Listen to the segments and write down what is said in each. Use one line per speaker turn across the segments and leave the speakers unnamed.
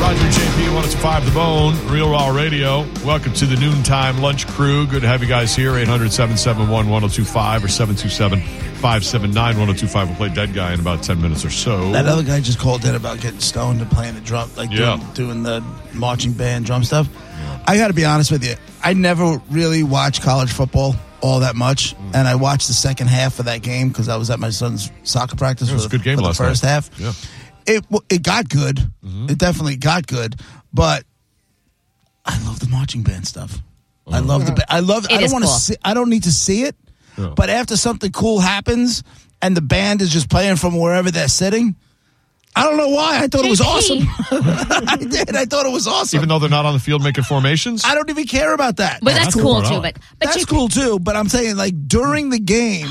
Roger JP, 1025 The Bone, Real Raw Radio. Welcome to the noontime lunch crew. Good to have you guys here. 800 771 1025 or 727 579 1025. We'll play Dead Guy in about 10 minutes or so.
That other guy just called in about getting stoned and playing the drum, like
Yeah.
doing, doing the marching band drum stuff. I got to be honest with you. I never really watched college football all that much,
Mm.
and I watched the second half of that game because I was at my son's soccer practice.
Yeah, it was
for
a
the-
good game
for the
last
first
night.
half.
Yeah. Mm-hmm.
It w- it got good. It definitely got good, but I love the marching band stuff. I
Uh-huh.
love the. ba- I love. I
is
don't want to.
cool.
See, I don't need to see it.
Yeah.
But after something cool happens and the band is just playing from wherever they're sitting, I don't know why. I thought it was
JP.
awesome. I did. I thought it was awesome.
Even though they're not on the field making formations?
I don't even care about that.
But that's,
that's cool.
cool too. But but Oh
That's
JP,
cool too, but I'm saying like during the game,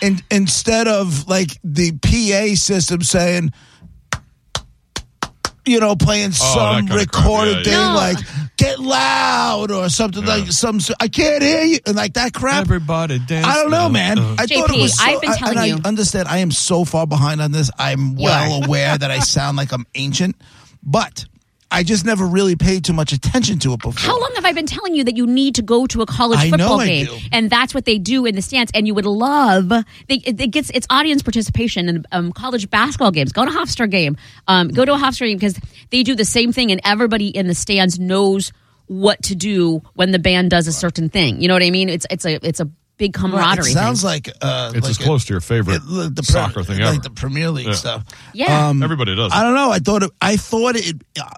and instead of like the PA system saying, you know, playing some
Oh, kinda crap.
recorded
Yeah,
thing
yeah.
No.
like "Get Loud" or something like some. I can't hear you and like that crap.
Everybody dance. Uh,
I don't know, man. I thought it
JP,
was so,
I've been
I-
telling
and
you.
I understand. I am so far behind on this. I'm
You
well
are.
aware that I sound like I'm ancient, but I just never really paid too much attention to it before.
how long have I been telling you that you need to go to a college
I know
football
I
game?
do.
And that's what they do in the stands. And you would love they, it, it gets it's audience participation in um, college basketball games. Go to a Hofstra game. Um, go to a Hofstra game because they do the same thing, and everybody in the stands knows what to do when the band does a certain thing. You know what I mean? It's it's a it's a big camaraderie.
It
thing.
sounds like uh,
It's
like
as close to your favorite
like pre-
soccer thing ever.
like the Premier League
Yeah.
stuff. Um,
Yeah.
Everybody does.
I don't know. I thought it, I thought it uh,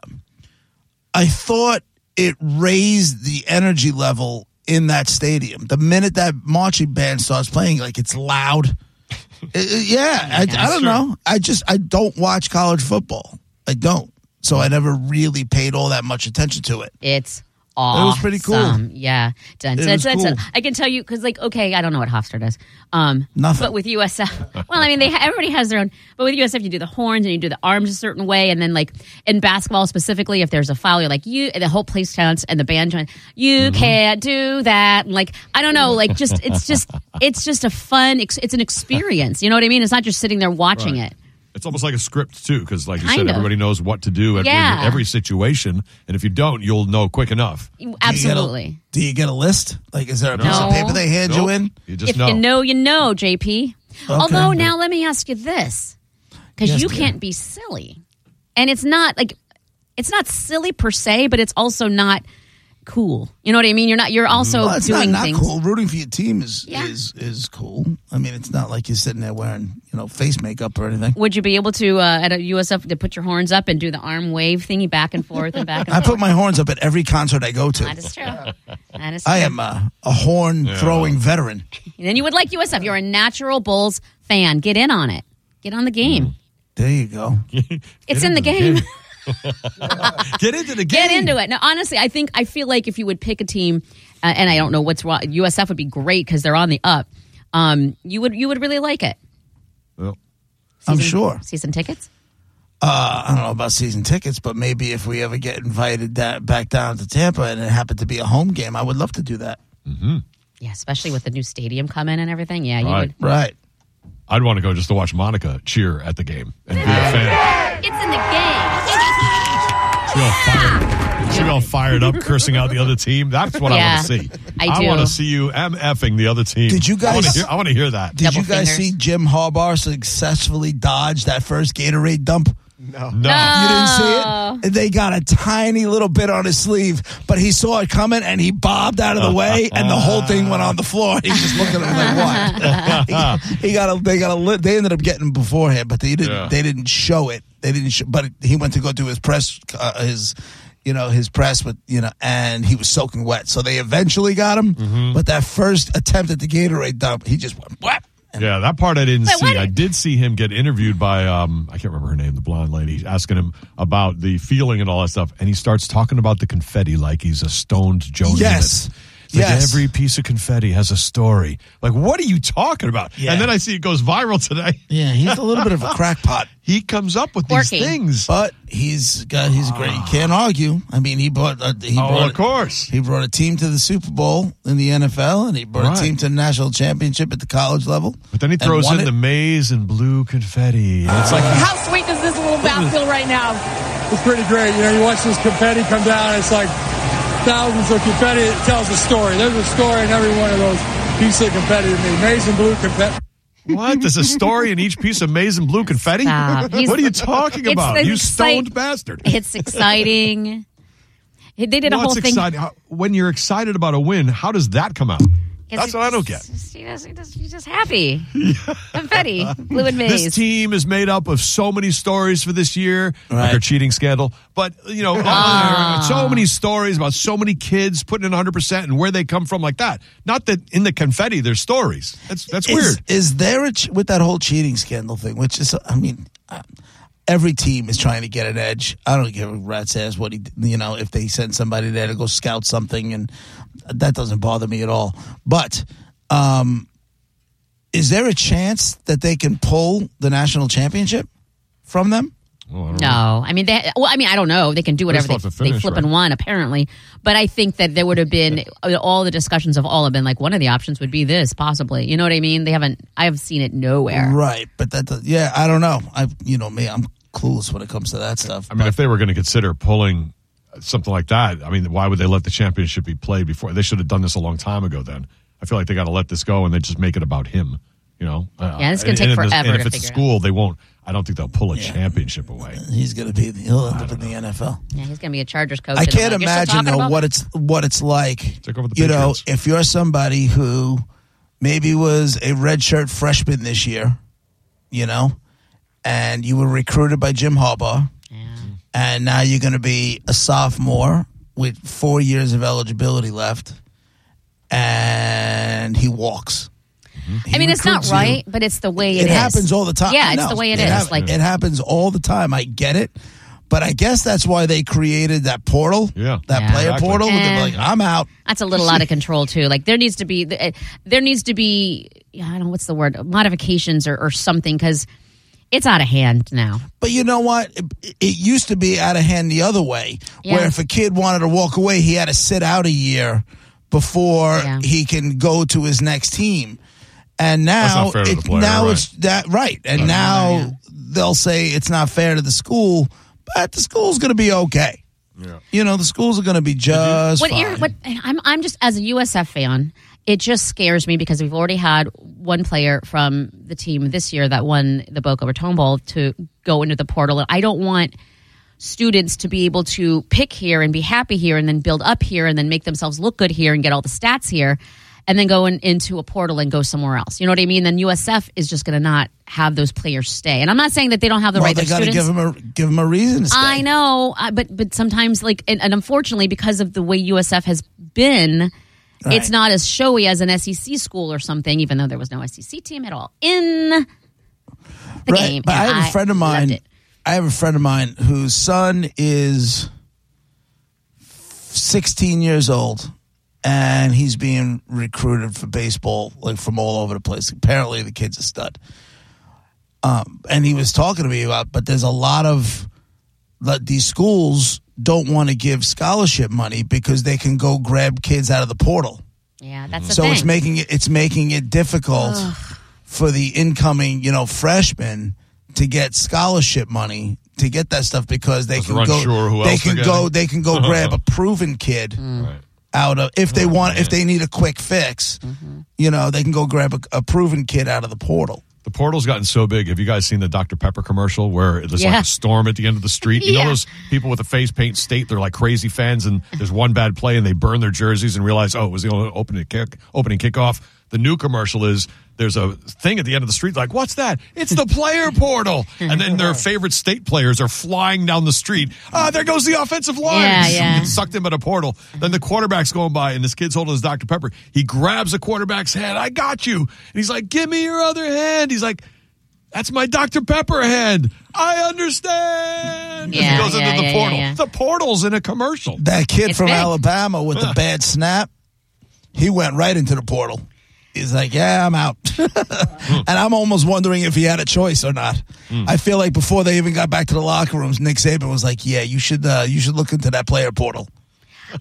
I thought it raised the energy level in that stadium. The minute that marching band starts playing, like it's loud. It- it- yeah, I, I don't know. I just I don't watch college football. I don't, so I never really paid all that much attention to it.
It's awesome.
was pretty cool.
Yeah. Dun,
It
dun,
was
dun, dun.
cool.
I can tell you because, like, okay, I don't know what Hofstra does. Um,
Nothing.
But with USF, well, I mean, they everybody has their own. But with USF, you do the horns and you do the arms a certain way, and then like in basketball specifically, if there's a foul, you're like you, and the whole place counts and the band joins. You
Mm-hmm.
can't do that. And, like I don't know, like just it's just it's just a fun. ex- It's an experience. You know what I mean? It's not just sitting there watching
Right.
it.
It's almost like a script, too, because, like you said,
Kind of.
everybody knows what to do every,
Yeah.
in every situation. And if you don't, you'll know quick enough.
Absolutely.
Do you get a list? Like, is there a piece
No.
of paper they hand
Nope.
you in?
You just
if you know, you know, JP. Although now let me ask you this, because
Yes,
you
dear.
can't be silly, and it's not like it's not silly per se, but it's also not cool. You know what I mean? You're not. You're also
Mm-hmm. Well, it's
doing
not, not
things.
cool. Rooting for your team is
Yeah.
is is cool. I mean, it's not like you're sitting there wearing you know face makeup or anything.
Would you be able to uh, at a USF to put your horns up and do the arm wave thingy back and forth and back and
I
forth?
put my horns up at every concert I go
that
to.
is true. That is true.
I am a, a horn throwing veteran.
And then you would like USF. You're a natural Bulls fan. Get in on it. Get on the game.
Mm. There you go.
It's in the game.
Get into the
Get into it. No, honestly, I think I feel like if you would pick a team, uh, and I don't know what's wrong, USF would be great because they're on the up. Um, you would you would really like it.
Well,
I'm
Season-
sure.
Season tickets.
Uh, I don't know about season tickets, but maybe if we ever get invited that back down to Tampa and it happened to be a home game, I would love to do that.
Yeah, especially with the new stadium coming and everything. Yeah, you
Right.
would.
Right.
I'd want to go just to watch Monica cheer at the game and be a fan.
It's in the game.
She'll be all fired, she'll be all fired up, cursing out the other team. That's what I
Yeah,
want to see.
I do.
want to see you MFing the other team.
Did you
I want to
guys-
hear, I want to hear that.
Did
Double
you guys
fingers.
see Jim Harbaugh successfully dodge that first Gatorade dump?
No.
No.
You didn't see
Oh.
it? They got a tiny little bit on his sleeve, but he saw it coming and he bobbed out of the way and the whole thing went on the floor. He just looked at him like, what? he, got a, they got a, li- they ended up getting him beforehand, but they didn't,
Yeah.
they didn't show it. They didn't, show, but he went to go do his press, uh, his, you know, his press with, you know, and he was soaking wet. So they eventually got him, but that first attempt at the Gatorade dump, he just went, what?
Yeah, that part I didn't
Wait,
see.
what-
I did see him get interviewed by um I can't remember her name, the blonde lady, asking him about the feeling and all that stuff, and he starts talking about the confetti like he's a stoned Joe. Namath.
Yes.
It's like
Yes.
every piece of confetti has a story. Like, what are you talking about?
Yeah.
And then I see it goes viral today.
Yeah, he's a little bit of a crackpot.
He comes up with
Quirky.
these things.
But he's got he's great. You can't argue. I mean, he brought uh, he
oh,
brought
of course.
he brought a team to the Super Bowl in the NFL, and he brought
Right.
a team to the national championship at the college level.
But then he
and
throws
won
in
it.
the maize and blue confetti. And it's like he's
How sweet does this little bat feel right now?
It's pretty great. You know, you watch this confetti come down. It's like thousands of confetti. It tells a story. There's a story in every one of those pieces of confetti to me. Amazing blue confetti.
What? There's a story in each piece of maize and blue confetti?
Stop. He's-
What are you talking
It's
about?
an
You
excite-
stoned bastard.
It's exciting. They did a
Well,
whole
it's
thing.
exciting. How- When you're excited about a win, how does that come out?
It's-
That's what I don't
it's
get.
just- you just- you just- You're just happy. Confetti, blue and maize.
This team is made up of so many stories for this year, like
Right.
our cheating scandal. But you know,
Ah.
so many stories about so many kids putting in 100 percent and where they come from, like that. Not that in the confetti, there's stories. That's that's
Is,
weird.
is there a ch- with that whole cheating scandal thing? Which is, I mean, uh, every team is trying to get an edge. I don't give a rat's ass what he, d- you know, if they send somebody there to go scout something, and that doesn't bother me at all. But um, is there a chance that they can pull the national championship from them?
No, I mean they. Well, I mean I don't know. They can do whatever
still
they,
have to finish,
they flip
right?
and won apparently. But I think that there would have been all the discussions of all have been like one of the options would be this possibly. You know what I mean? They haven't. I have seen it nowhere.
Right, but that, does- yeah, I don't know. I, you know, me, I'm clueless when it comes to that stuff.
I mean, if they were going to consider pulling something like that, I mean, why would they let the championship be played before? They should have done this a long time ago. Then I feel like they got to let this go and then just make it about him. You know? Uh,
Yeah, it's gonna
and-
take
and if
forever
And if
to
it's
figure out.
school, they won't. I don't think they'll pull a championship away.
He's going to be, he'll end up in the NFL.
Yeah, he's gonna be a Chargers coach.
I
and I'm
can't
like, "You're still
imagine
talking
though
about
what
that?"
it's what it's like.
Take over the
you know,
Patriots.
if you're somebody who maybe was a redshirt freshman this year, you know, and you were recruited by Jim Harbaugh, and now you're going to be a sophomore with four years of eligibility left, and he walks. He
I mean, it's not
recruits you.
right, but it's the way
It,
is.
happens all the time.
Yeah,
I
it's
know.
the way
it
it
hap-
is. Like
it happens all the time. I get it, but I guess that's why they created that portal.
Yeah.
that
Yeah.
player
Exactly.
portal. where they're
Eh.
like, I'm out.
that's a little out of control too. Like there needs to be eh, there needs to be yeah, I don't know what's the word modifications or, or something because it's out of hand now.
But you know what? It, it used to be out of hand the other way,
Yeah.
where if a kid wanted to walk away, he had to sit out a year before
Yeah.
he can go to his next team. And
That's
now,
not fair to
it-
the player,
now
right.
it's that right, and now they'll say it's not fair to the school, but the school's going to be okay. You know, the schools are going to be just
what,
fine.
ir- what I'm I'm just as a USF fan, it just scares me because we've already had one player from the team this year that won the Boca Raton Bowl to go into the portal, and I don't want students to be able to pick here and be happy here, and then build up here, and then make themselves look good here, and get all the stats here, and then go in, into a portal and go somewhere else. You know what I mean? Then USF is just going to not have those players stay. And I'm not saying that they don't have the
well,
right.
they
They're
got to
students.
give him a give him a reason to stay.
I know, I- but but sometimes like and, and unfortunately because of the way USF has been, it's not as showy as an SEC school or something. Even though there was no SEC team at all in the
right?
game,
But I
and
have a friend of
loved
mine.
it.
I have a friend of mine whose son is 16 years old, and he's being recruited for baseball, like from all over the place. Apparently, the kid's a stud. Um, and he was talking to me about, but there's a lot of that these schools don't want to give scholarship money because they can go grab kids out of the portal.
Yeah, that's the
So
thing.
it's making it it's making it difficult for the incoming, you know, freshmen to get scholarship money to get that stuff because they can
they're
go
unsure who
they
else they're
can go
getting.
they can go grab a proven kid
Mm.
Right.
out of
Oh,
if
Mm-hmm.
they want if they need a quick fix, you know, they can go grab a, a proven kid out of the portal.
The portal's gotten so big. Have you guys seen the Dr. Pepper commercial where there's like
Yeah.
a storm at the end of the street? You
Yeah.
know those people with the face paint state, they're like crazy fans, and there's one bad play and they burn their jerseys and realize, oh, it was the only opening kick opening kickoff. The new commercial is there's a thing at the end of the street, like, what's that? It's the player portal. And then their favorite state players are flying down the street. Ah, there goes the offensive line.
Yeah, yeah.
Sucked him at a portal. Then the quarterback's going by, and this kid's holding his Dr. Pepper. He grabs the quarterback's hand. I got you. And he's like, Give me your other hand. He's like, That's my Dr. Pepper hand. I understand.
Yeah,
he goes
yeah,
into the
yeah,
portal.
yeah, yeah.
The portal's in a commercial.
That kid
It's
from
big.
Alabama with the bad snap, he went right into the portal. He's like, yeah, I'm out.
Hmm.
and I'm almost wondering if he had a choice or not. I feel like before they even got back to the locker rooms, Nick Saban was like, yeah, you should uh, you should look into that player portal.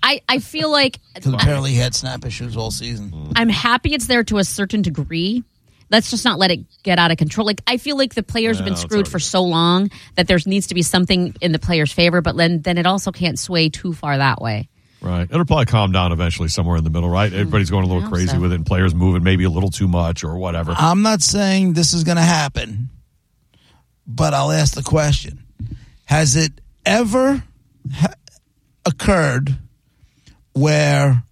I, I feel like
Because apparently he had snap issues all season.
I'm happy it's there to a certain degree. Let's just not let it get out of control. Like I feel like the players have been
it's
screwed
already-
for so long that there needs to be something in the players' favor, but then then it also can't sway too far that way.
Right. It'll probably calm down eventually somewhere in the middle, right? Everybody's going a little
Hmm. hope
crazy
so.
with it, and players moving maybe a little too much or whatever.
I'm not saying this is going to happen, but I'll ask the question Has it ever ha- occurred where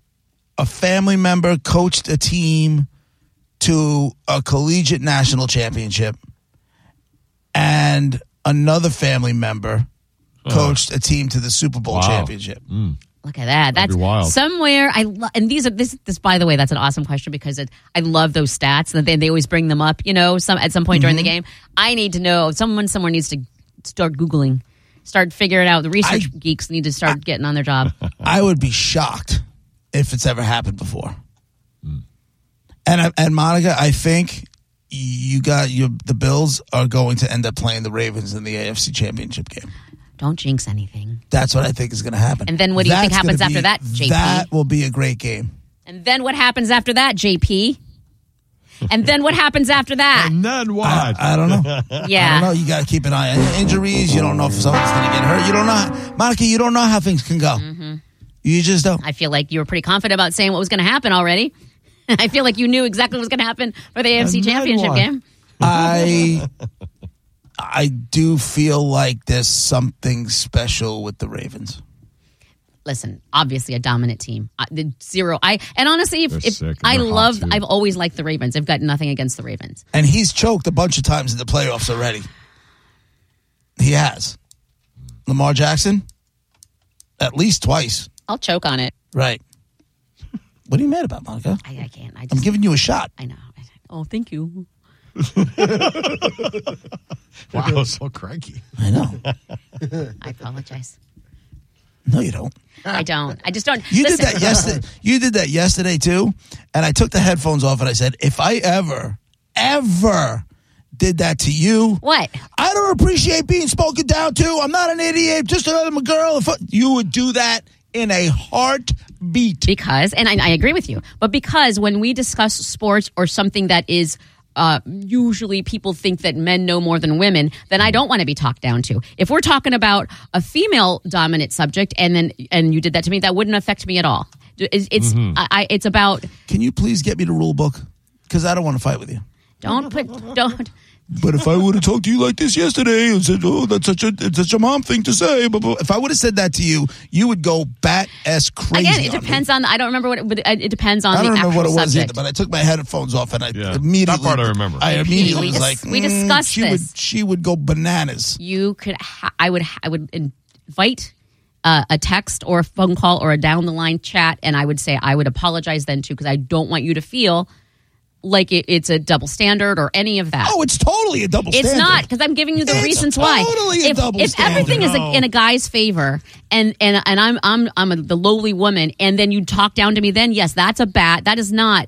a family member coached a team to a collegiate national championship and another family member coached a team to the Super Bowl
Wow.
championship?
Look at that. That's
be wild.
somewhere I lo- and these are this this by the way that's an awesome question because it, I love those stats and they, they always bring them up, you know, some at some point during
Mm-hmm.
the game. I need to know someone somewhere needs to start googling, start figuring out the research geeks need to start getting on their job.
I would be shocked if it's ever happened before. And I, and Monica, I think you got your the Bills are going to end up playing the Ravens in the AFC Championship game.
Don't jinx anything.
That's what I think is going to happen.
And then what do you think
That's
happens
gonna
after
be-
that, JP?
That will be a great game.
And then what happens after that, JP? And then what happens after that?
and then what?
I, I don't know. I don't know.
Yeah.
You got to keep an eye on injuries. You don't know if someone's going to get hurt. You don't know, Monica. You don't know how things can go.
Mm-hmm.
You just don't.
I feel like you were pretty confident about saying what was going to happen already. I feel like you knew exactly what was going to happen for the AFC
And then
Championship
what?
game.
I I do feel like there's something special with the Ravens.
Listen, obviously a dominant team. I, the zero. I and honestly, if,
They're
if
sick and
I
they're hot,
love,
too.
I've always liked the Ravens. I've got nothing against the Ravens.
And he's choked a bunch of times in the playoffs already. He has. Lamar Jackson, at least twice.
I'll choke on it.
Right. What are you mad about, Monica?
I, I can't. I
I'm
just.
giving you a shot.
I know. Oh, thank you.
wow, so cranky.
I know.
I apologize.
No, you don't.
I don't. I just don't.
You
Listen.
did that yesterday. You did that yesterday too. And I took the headphones off and I said, if I ever, ever did that to you,
What?
I don't appreciate being spoken down to. I'm not an idiot. Just another girl. If I- you would do that in a heartbeat.
because and I, I agree with you but because when we discuss sports or something that is uh, usually people think that men know more than women then i don't want to be talked down to if we're talking about a female dominant subject and then and you did that to me that wouldn't affect me at all it's, it's
Mm-hmm.
I, I, it's about
Can you please get me the rule book? Because I don't want to fight with you.
don't put don't
But if I would have talked to you like this yesterday and said, "Oh, that's such a it's such a mom thing to say," but but- if I would have said that to you, you would go bat ass crazy.
again it
on me.
depends on the, i don't remember what it, but it depends on
I don't
the
remember
actual
what it was
subject
either, but I took my headphones off and I
Yeah.
immediately.
That part I remember.
I immediately
We
was like,
dis- we
mm,
discussed
she
this.
Would, she would go bananas.
you could ha- i would i would invite uh, a text or a phone call or a down the line chat and i would say i would apologize then too because i don't want you to feel like it, it's a double standard or any of that
Oh, it's totally a double
it's
standard.
not because i'm giving you the
It's
reasons why
totally a
if,
double
if
standard.
everything is a, in a guy's favor and and, and i'm i'm i'm a, the lowly woman and then you talk down to me then yes that's a bad that is not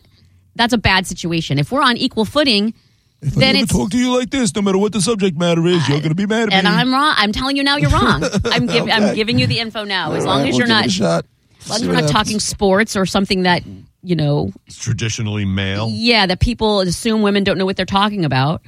that's a bad situation if we're on equal footing
If
then
I ever
it's
talk to you like this, no matter what the subject matter is, you're going to be mad at
and
me.
I'm wrong. I'm telling you now, you're wrong. I'm giv I'm
Okay.
giving you the info now. As
All
long
right,
as
we'll give
you're not,
it a
as
shot.
long as
See
we're
what
not
happens.
talking sports or something that you know,
It's traditionally male.
yeah, that people assume women don't know what they're talking about.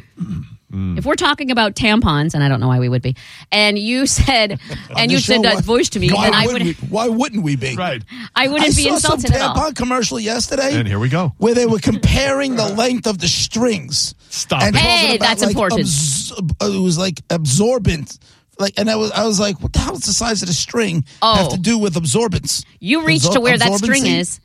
Mm.
If we're talking about tampons, and I don't know why we would be, and you said, and you said that voice to me,
Why
then I would,
wouldn't we, why wouldn't we be?
Right.
I wouldn't
I
be
saw
insulted
some
at all.
tampon commercial yesterday.
And here we go.
Where they were comparing the length of the strings.
Stop
and
it.
talking
Hey, that's
like,
important.
absor- it was like absorbent. Like, and I was, I was like, what the hell does the size of the string have
Oh.
to do with absorbance?
You reach
Absor-
to where that string
absorbency?
is.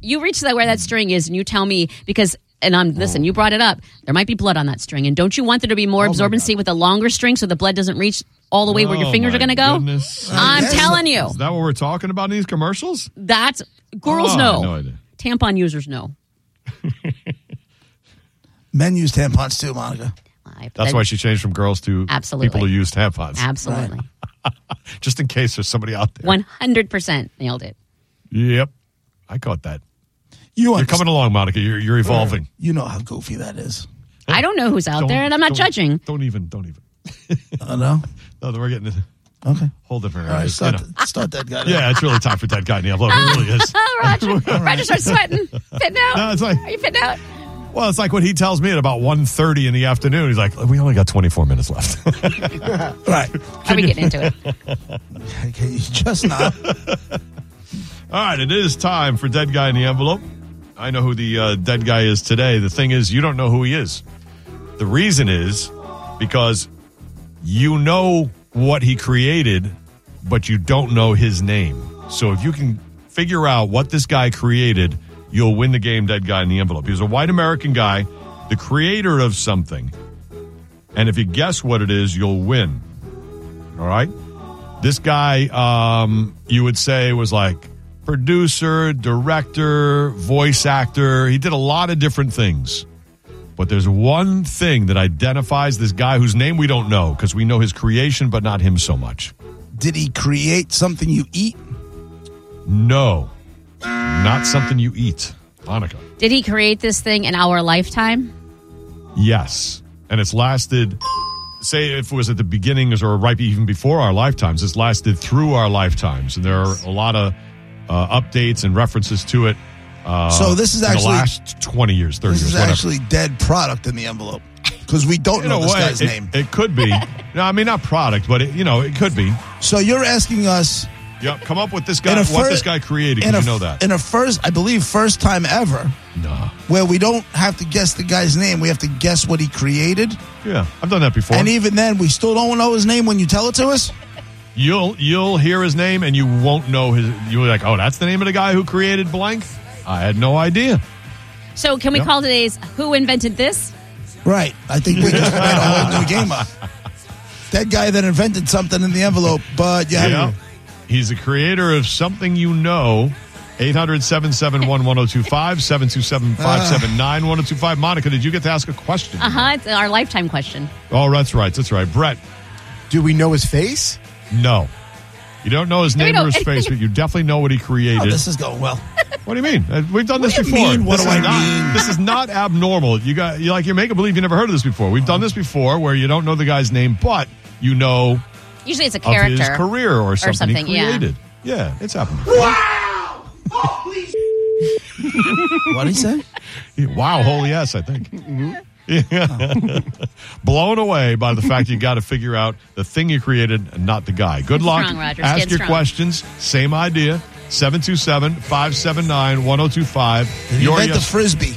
You reach to where that string is, and you tell me because. And I'm listen. You brought it up. There might be blood on that string, and don't you want there to be more absorbency with a longer string so the blood doesn't reach all the way where
Oh,
your fingers
my
are going to go? Uh,
goodness.
I'm
Yes.
telling you,
Is that what we're talking about in these commercials?
that's
Oh, I
girls
had
know.
no idea.
Tampon users know.
Men use tampons too, Monica.
I-
That's
that-
why she changed from girls to
Absolutely.
people who use tampons.
Absolutely,
Just in case there's somebody out there.
one hundred percent nailed it.
Yep. I caught that.
You
You're coming along, Monica. You're, you're evolving.
You know how goofy that is.
I don't know who's out
Don't-
there, and I'm not
don't-
judging.
Don't even. Don't even.
I know.
No, we're getting into
Okay.
whole different
All right,
areas. you
start,
know.
start that guy.
Yeah, it's really time for that guy in the envelope. It really is.
Oh, Roger, Roger starts sweating, fitting out.
No, it's like-
Are you fitting out?
Well, it's like what he tells me at about 1.30 in the afternoon. He's like, we only got 24 minutes left.
All right.
Are we getting into it?
Can you just not?
All right, it is time for Dead Guy in the Envelope. I know who the uh, dead guy is today. The thing is, you don't know who he is. The reason is because you know what he created, but you don't know his name. So if you can figure out what this guy created, you'll win the game Dead Guy in the Envelope. He was a white American guy, the creator of something. And if you guess what it is, you'll win. All right? this guy um, you would say was like producer director voice actor he did a lot of different things but there's one thing that identifies this guy whose name we don't know because we know his creation but not him so much
Did he create something you eat?
no not something you eat monica
Did he create this thing in our lifetime?
Yes. And it's lasted, say, if it was at the beginnings or right even before our lifetimes, it's lasted through our lifetimes. And there are a lot of uh, updates and references to it. Uh,
So this is
in
actually-
the last 20 years, 30
This
years,
is
whatever.
actually dead product in the envelope because we don't
in
know
a
this
way,
guy's
it,
name.
it could be. no, I mean, not product, but it, you know, it could be.
So you're asking us
Yep. Come up with this guy,
in a
what
fir-
this guy created. 'cause
in a
You know
f-
that.
in a first, I believe, first time ever
nah.
where we don't have to guess the guy's name. We have to guess what he created,
Yeah. I've done that before.
and even then, we still don't know his name when you tell it to us.
You'll you'll hear his name and you won't know his. You'll be like, oh, that's the name of the guy who created blank. I had no idea.
So can we
Yep.
call today's "Who invented this"?
Right. I think we just made a whole new game up. That guy that invented something in the envelope, but yeah,
Yeah. He's the creator of something you know. 800 771 1025, 727 579 1025. Monica, did you get to ask a question?
Uh huh. It's our lifetime question.
Oh, that's right. That's right. Brett,
Do we know his face?
no. You don't know his
we
name or
know
his face, but you definitely know what he created.
Oh, this is going well.
what do you mean? Uh, We've done this
do you
before.
mean? What
this
do
is
I
not,
mean?
This is not abnormal. You got you like you're making believe you never heard of this before. We've done this before where you don't know the guy's name, but you know
Usually, it's a
of
character.
his career or something,
something,
he
yeah.
created. Yeah, it's happened.
What did he say?
Wow, holy yes, I think.
Mm-hmm.
Yeah. Blown away by the fact you got to figure out the thing you created and not the guy. Good
Get
luck.
strong, Roger.
Ask
Get
your
strong.
questions. Same idea. 727 579 1025.
He invented the frisbee.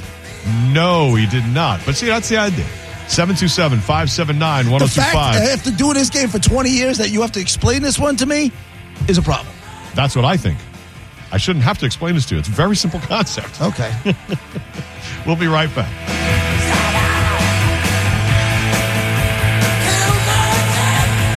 No, he did not. But see, that's the idea. 727 579
The fact that
1025.
after doing this game for 20 years that you have to explain this one to me is a problem.
That's what I think. I shouldn't have to explain this to you. It's a very simple concept.
Okay.
We'll be right back.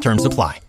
Terms apply.